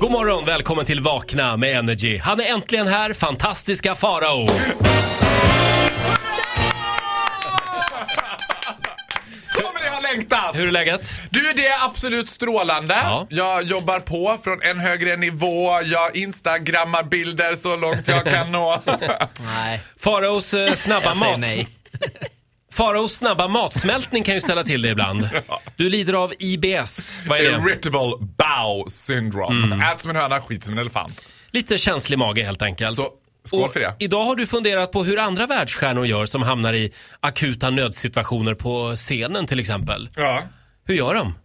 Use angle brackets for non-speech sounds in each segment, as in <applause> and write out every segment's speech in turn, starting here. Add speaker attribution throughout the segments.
Speaker 1: God morgon, välkommen till Vakna med Energy. Han är äntligen här, fantastiska Farao.
Speaker 2: Kommer ni ha längtat?
Speaker 1: Hur är läget?
Speaker 2: Du, det är absolut strålande.
Speaker 1: Ja.
Speaker 2: Jag jobbar på från en högre nivå. Jag instagrammar bilder så långt jag
Speaker 1: <laughs>
Speaker 2: kan nå.
Speaker 3: Nej,
Speaker 1: Faraos eh, snabba
Speaker 3: jag säger
Speaker 1: mat.
Speaker 3: nej.
Speaker 1: Faraos snabba matsmältning kan ju ställa till det ibland. Du lider av IBS. Vad är det? Mm.
Speaker 2: Irritable bowel syndrome. Ät som en höna, skit som en elefant.
Speaker 1: Lite känslig mage helt enkelt.
Speaker 2: Så skål
Speaker 1: Och
Speaker 2: för det.
Speaker 1: Idag har du funderat på hur andra världsstjärnor gör som hamnar i akuta nödsituationer på scenen till exempel.
Speaker 2: Ja.
Speaker 1: Hur gör de?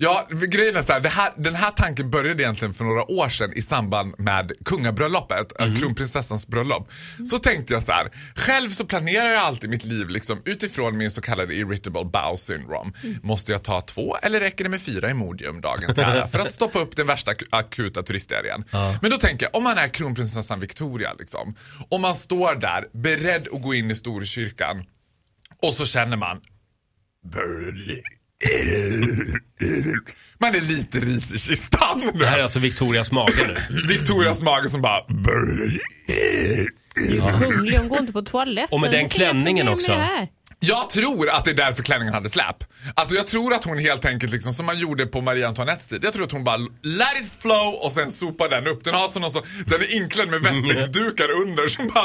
Speaker 2: Ja, grejen är så här, det här, den här tanken började egentligen för några år sedan i samband med kungabröllopet, mm. kronprinsessans bröllop. Så tänkte jag så här, själv så planerar jag alltid mitt liv liksom, utifrån min så kallade irritable bowel syndrome. Måste jag ta två eller räcker det med fyra Imodium dagen till ära för att stoppa upp den värsta ak- akuta turistserien? Men då tänker jag, om man är kronprinsessan Victoria liksom, om man står där beredd att gå in i Storkyrkan och så känner man man är lite ris i kistan nu.
Speaker 1: Det här är alltså Victorias mage nu.
Speaker 2: Victorias mage som bara...
Speaker 4: Hungrig, hon går inte på toaletten.
Speaker 1: Och med den
Speaker 4: Jag ser inga
Speaker 1: klänningen
Speaker 4: problem
Speaker 1: också.
Speaker 4: med det här.
Speaker 2: Jag tror att det är därför klänningen hade släp. Alltså jag tror att hon helt enkelt, liksom, som man gjorde på Marie Antoinettes tid, jag tror att hon bara let it flow och sen sopar den upp. Den, har sån så, den är inklädd med vettexdukar under som bara...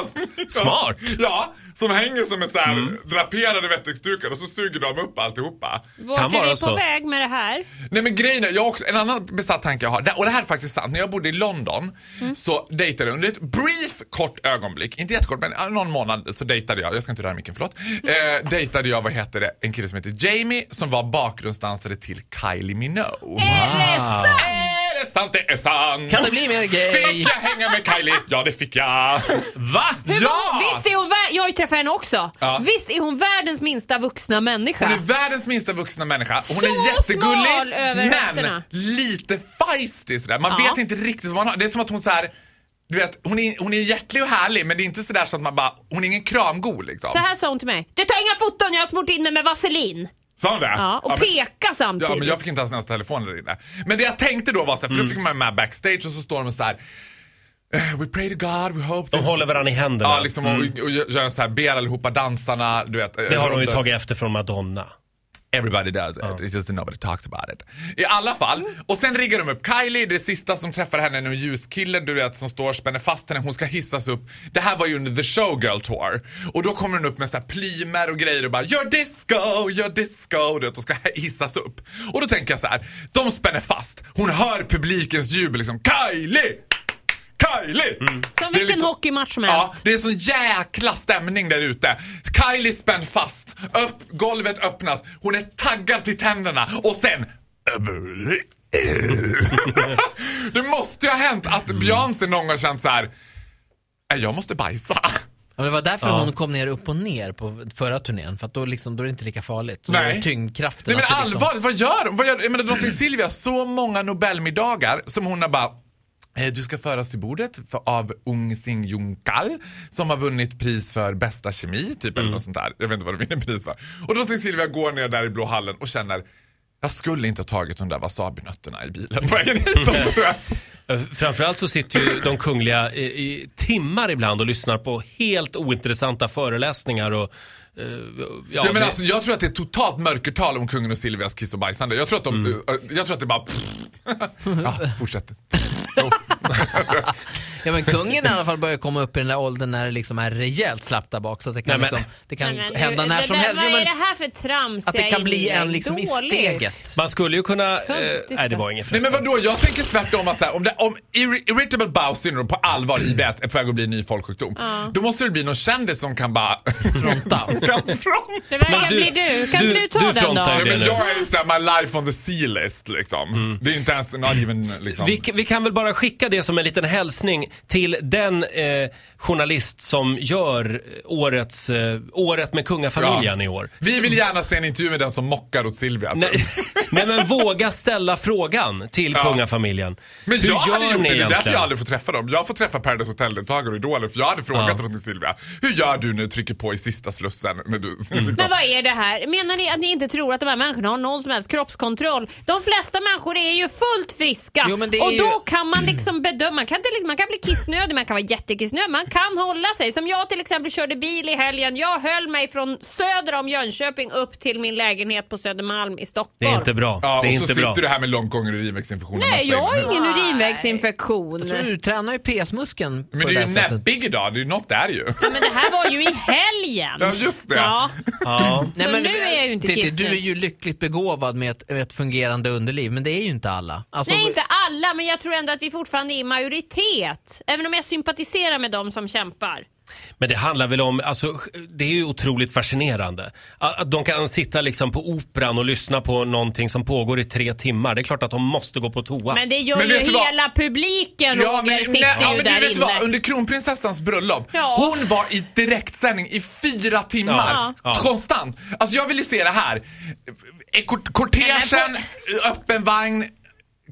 Speaker 1: Smart.
Speaker 2: Ja, som hänger som en så här draperade vettexdukar och så suger de upp alltihopa.
Speaker 4: Vart
Speaker 1: Kan
Speaker 4: är
Speaker 1: vara
Speaker 4: vi på
Speaker 1: så.
Speaker 4: väg med det här?
Speaker 2: Nej men grejen är, jag har också, en annan besatt tanke jag har, och det här är faktiskt sant. När jag bodde i London så dejtade jag under ett brief kort ögonblick, inte jättekort men ja, någon månad så dejtade jag, jag ska inte röra micken förlåt. Eh, dejtade jag, vad heter det, en kille som heter Jamie som var bakgrundsdansare till Kylie Minogue.
Speaker 4: Är det sant?
Speaker 2: Är det sant? Det är sant!
Speaker 3: Kan det
Speaker 2: <laughs>
Speaker 3: bli mer gay?
Speaker 2: Fick jag hänga med Kylie? Ja det fick jag!
Speaker 1: Va?
Speaker 2: Ja!
Speaker 4: Visst är hon vär- jag har ju träffat henne också.
Speaker 2: Ja.
Speaker 4: Visst är hon världens minsta vuxna människa?
Speaker 2: Hon är världens minsta vuxna människa. Hon
Speaker 4: Så
Speaker 2: är
Speaker 4: smal över
Speaker 2: jättegullig men
Speaker 4: höfterna.
Speaker 2: lite feisty sådär. Man
Speaker 4: Ja.
Speaker 2: vet inte riktigt vad man har. Det är som att hon såhär, du vet, hon är, hon är hjärtlig och härlig men det är inte sådär så att man bara, hon är ingen kramgo liksom.
Speaker 4: Så här sa hon till mig. Du tar inga foton, jag har smort in mig med vaselin.
Speaker 2: Sa hon det?
Speaker 4: Ja, och
Speaker 2: Ja, men-
Speaker 4: peka samtidigt.
Speaker 2: Ja, men jag fick inte ens hennes telefon där inne. Men det jag tänkte då var såhär,
Speaker 1: Mm.
Speaker 2: för då fick man med backstage och så står de såhär "Eh, We pray to God, we hope
Speaker 1: De
Speaker 2: this-
Speaker 1: håller varandra i händerna.
Speaker 2: Ja, liksom och, och gör så här, ber allihopa dansarna, du vet.
Speaker 1: Det har de ju tagit efter från Madonna.
Speaker 2: Everybody does it, it's just that nobody talks about it. I alla fall, och sen riggar de upp Kylie, det sista som träffar henne är en ljuskille du vet som står och spänner fast henne, hon ska hissas upp. Det här var ju under The Showgirl Tour. Och då kommer hon upp med så här plymer och grejer och bara Your disco, your disco, du vet och ska hissas upp. Och då tänker jag så här, de spänner fast, hon hör publikens jubel liksom Kylie! Kylie!
Speaker 4: Mm.
Speaker 2: Det är
Speaker 4: Som
Speaker 2: liksom-
Speaker 4: vilken
Speaker 1: liksom-
Speaker 4: hockeymatch som
Speaker 2: Ja,
Speaker 4: helst.
Speaker 2: det är sån jäkla stämning där ute. Kylie spänn fast, upp, golvet öppnas, hon är taggad till tänderna och sen... <laughs> det måste ju ha hänt att Beyoncé någon gång känt så här. "Nej, Jag måste bajsa. <laughs>
Speaker 3: Ja, det var därför
Speaker 1: Ja.
Speaker 3: hon kom ner upp och ner på förra turnén, för att då, liksom, då är det inte lika farligt. Så
Speaker 2: Nej.
Speaker 3: då är det tyngdkraften.
Speaker 2: Nej men
Speaker 3: att det liksom-
Speaker 2: allvarligt, vad gör de? Vad gör, jag menar drottning Silvia, så många nobelmiddagar som hon har bara "Eh, du ska föras till bordet för, av Ung Sing Junkal som har vunnit pris för bästa kemi, typ
Speaker 1: Mm.
Speaker 2: eller något sånt där. Jag vet inte vad de vinner pris för. Och drottning Silvia går ner där i blå hallen och känner jag skulle inte ha tagit de där wasabinötterna i bilen <laughs> på vägen hit. om du vet."
Speaker 1: Eh, Framförallt så sitter ju de kungliga i, i timmar ibland och lyssnar på helt ointressanta föreläsningar och... eh, ja,
Speaker 2: Ja, men
Speaker 1: det-
Speaker 2: alltså, jag tror att det är totalt mörkertal om kungen och Silvias kiss och bajsande. Jag tror att, de,
Speaker 1: Mm.
Speaker 2: eh, jag tror att det bara... <laughs> ja,
Speaker 1: <laughs>
Speaker 2: fortsätt. Jo.
Speaker 3: Ja men kungen i alla fall börjar komma upp i den där åldern när det liksom är rejält slappt där bak. Så att det kan,
Speaker 1: Nej, men-
Speaker 3: liksom, det kan
Speaker 4: Nej, men
Speaker 3: hända
Speaker 4: nu-
Speaker 3: när
Speaker 4: det
Speaker 3: som
Speaker 4: där-
Speaker 3: helst. Jo,
Speaker 4: Vad är
Speaker 3: men
Speaker 4: det här för trams
Speaker 3: att det
Speaker 4: jag
Speaker 3: kan
Speaker 4: är
Speaker 3: bli
Speaker 4: inne
Speaker 3: en liksom i
Speaker 4: Dåligt.
Speaker 3: steget.
Speaker 1: Man skulle ju kunna... Eh,
Speaker 4: Töntigt
Speaker 1: nej, det
Speaker 4: sagt.
Speaker 1: var inget
Speaker 2: Nej men
Speaker 1: förresten.
Speaker 2: vadå, jag tänker tvärtom att så här, om, det, om irri- irritable bowel syndrome på allvar, IBS, är på väg att bli en ny folksjukdom. Då måste det bli någon kändis som
Speaker 1: <laughs>
Speaker 2: kan bara... <laughs>
Speaker 3: Fronta.
Speaker 2: som kan fronta.
Speaker 4: Det verkar
Speaker 1: Men du-
Speaker 4: bli du. Kan
Speaker 1: du-
Speaker 4: du, ta
Speaker 1: du
Speaker 4: den då?
Speaker 1: frontar
Speaker 2: Nej,
Speaker 1: det Mm.
Speaker 2: men
Speaker 1: nu.
Speaker 2: jag är ju såhär, my life on the sea list liksom. Det är inte ens, not even liksom.
Speaker 1: Vi, vi kan väl bara skicka det som en liten hälsning till den eh, journalist som gör årets, eh, året med kungafamiljen i år.
Speaker 2: Vi vill gärna se en intervju med den som mockar åt Silvia. typ.
Speaker 1: Nej, <laughs> nej men våga ställa frågan till
Speaker 2: Ja.
Speaker 1: kungafamiljen.
Speaker 2: Men jag hade gjort det, det är därför jag
Speaker 1: egentligen?
Speaker 2: aldrig får träffa dem. Jag får träffa Paradise Hotel-deltagare och idoler för jag hade frågat
Speaker 1: Ja.
Speaker 2: drottning Silvia. Hur gör du när du trycker på i sista slussen? När
Speaker 1: Mm.
Speaker 2: <laughs> du,
Speaker 4: Men vad är det här? Menar ni att ni inte tror att de här människorna har någon som helst kroppskontroll? De flesta människor är ju fullt friska
Speaker 3: Jo, men det är
Speaker 4: och då
Speaker 3: ju-
Speaker 4: kan man liksom bedöma. Man kan, inte, liksom- man kan bli kissnödig, man kan vara jättekissnödig, man kan hålla sig. Som jag till exempel körde bil i helgen. Jag höll mig från söder om Jönköping upp till min lägenhet på Södermalm i Stockholm.
Speaker 1: Det är inte bra.
Speaker 2: ja,
Speaker 1: det är
Speaker 2: och så
Speaker 1: inte
Speaker 2: sitter
Speaker 1: bra.
Speaker 2: du här med långkång och urinvägsinfektion. och
Speaker 4: Nej,
Speaker 2: massa
Speaker 4: jag har
Speaker 2: inne.
Speaker 4: ingen
Speaker 5: Nej.
Speaker 4: urinvägsinfektion.
Speaker 3: Så du tränar ju PS-muskeln på
Speaker 2: Men
Speaker 3: det
Speaker 2: du
Speaker 3: där
Speaker 2: är ju
Speaker 3: sättet.
Speaker 2: näbbig idag, det är ju något där ju.
Speaker 4: Ja, men det här var ju i helgen.
Speaker 2: Ja, just det.
Speaker 4: Ja.
Speaker 1: Ja.
Speaker 4: Så nu är jag ju inte
Speaker 3: Titti,
Speaker 4: kissnödig.
Speaker 3: Du är ju lyckligt begåvad med ett, med ett fungerande underliv, men det är ju inte alla. Alltså,
Speaker 4: Nej, inte alla, men jag tror ändå att vi fortfarande är i majoritet. Även om jag sympatiserar med de som kämpar.
Speaker 1: Men det handlar väl om, alltså, det är ju otroligt fascinerande. Att att de kan sitta liksom på operan och lyssna på någonting som pågår i tre timmar. Det är klart att de måste gå på toa.
Speaker 4: Men det gör
Speaker 2: Men
Speaker 4: ju
Speaker 2: vet du vad?
Speaker 4: hela publiken,
Speaker 2: Ja,
Speaker 4: Roger,
Speaker 2: men,
Speaker 4: sitter
Speaker 2: nej, ja, men
Speaker 4: ju
Speaker 2: du
Speaker 4: där
Speaker 2: vet
Speaker 4: inne.
Speaker 2: vad, under kronprinsessans bröllop,
Speaker 4: Ja.
Speaker 2: hon var i direktsändning i fyra timmar.
Speaker 1: Ja. Ja.
Speaker 2: Konstant. Alltså jag ville se det här. Eh, kort- Kortegen, öppen vagn,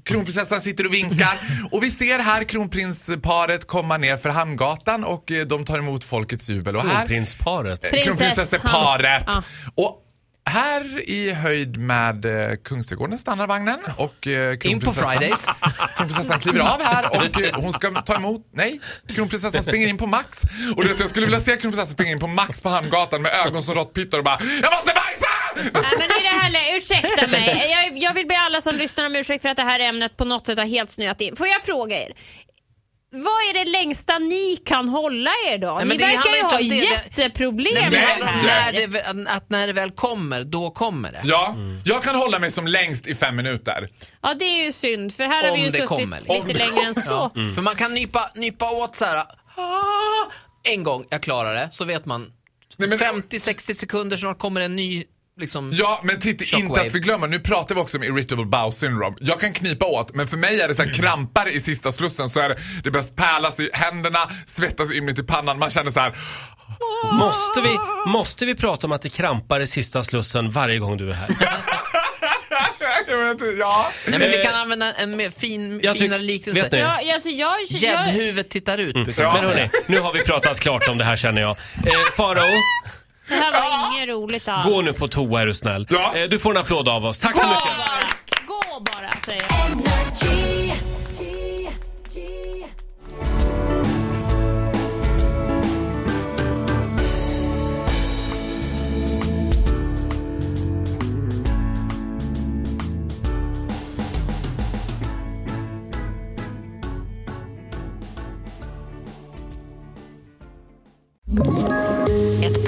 Speaker 2: kronprinsessan sitter och vinkar. Och vi ser här kronprinsparet komma ner för Hamngatan och eh, de tar emot folkets jubel. Och här,
Speaker 1: Kronprinsparet.
Speaker 4: Prins-
Speaker 2: kronprinsesseparet.
Speaker 4: Han-
Speaker 2: Och här i höjd med eh, Kungsträdgården stannar vagnen och eh,
Speaker 3: In på
Speaker 2: kronprinsessan-
Speaker 3: Fridays.
Speaker 2: <laughs> Kronprinsessan kliver av här och eh, hon ska ta emot, nej, kronprinsessan springer in på Max. Och du vet, jag skulle vilja se kronprinsessan springa in på Max på Hamngatan med ögon som råttpittar och bara Jag måste bajsa!
Speaker 4: Nej, men i det här lä- ursäkta mig. Jag, jag vill be alla som lyssnar om ursäkt för att det här ämnet på något sätt har helt snöat in. Får jag fråga er? Vad är det längsta ni kan hålla er då?
Speaker 3: men
Speaker 4: ni
Speaker 3: det
Speaker 4: verkar
Speaker 3: handlar
Speaker 4: ju
Speaker 3: inte
Speaker 4: ha
Speaker 3: om det. Det-
Speaker 4: jätteproblem
Speaker 3: Nej, men
Speaker 4: med
Speaker 2: Nej,
Speaker 4: det
Speaker 3: det
Speaker 4: här.
Speaker 3: handlar om när det, att när det väl kommer, då kommer det.
Speaker 2: Ja, jag kan hålla mig som längst i fem minuter.
Speaker 4: Ja, det är ju synd för här har
Speaker 3: Om
Speaker 4: vi ju
Speaker 3: det
Speaker 4: suttit
Speaker 3: kommer, liksom.
Speaker 2: Om det
Speaker 4: lite längre än så.
Speaker 3: Ja.
Speaker 1: Mm.
Speaker 3: För man kan nypa, nypa åt så här. "Ah, En gång, jag klarar det. Så vet man.
Speaker 2: Nej, men-
Speaker 3: 50-60 sekunder, snart kommer en ny liksom...
Speaker 2: Ja, men titta, inte
Speaker 3: Shockwave.
Speaker 2: att förglömma, nu pratar vi också om irritable bowel syndrome. Jag kan knipa åt, men för mig är det så här krampar i sista slussen så är det, det börjar pärlas i händerna, svettas ymnigt i pannan, man känner så här. "Äh,
Speaker 1: Måste vi, måste vi prata om att det krampar i sista slussen varje gång du är här?
Speaker 2: jag vet inte, ja.
Speaker 3: Nej, men vi kan använda en mer fin,
Speaker 1: Jag tyck-
Speaker 3: finare liknelse.
Speaker 1: vet Mm. ni?
Speaker 4: Ja, alltså jag, jag,
Speaker 3: Gäddhuvudet tittar ut.
Speaker 2: <laughs>
Speaker 3: brukar
Speaker 2: Ja.
Speaker 3: man
Speaker 1: Men
Speaker 3: säga.
Speaker 1: hörni, nu har vi pratat klart om det här känner jag. Eh, Farao,
Speaker 4: det här var inget roligt alls.
Speaker 1: gå nu på toa är du snäll.
Speaker 2: Ja.
Speaker 1: Eh, du får en applåd av oss. Tack så
Speaker 4: Gå
Speaker 1: mycket.
Speaker 4: bara, gå bara säger jag.
Speaker 6: Ett